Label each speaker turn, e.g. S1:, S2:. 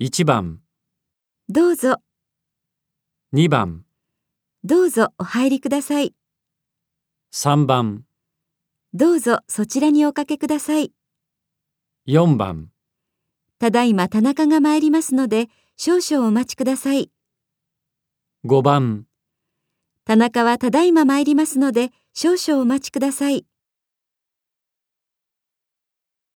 S1: 1番、
S2: どうぞ、
S1: 2番、
S2: どうぞお入りください。
S1: 3番、
S2: どうぞそちらにおかけください。
S1: 4番、
S2: ただいま田中が参りますので、少々お待ちください。
S1: 5番。
S2: 田中はただいま参りますので、少々お待ちください。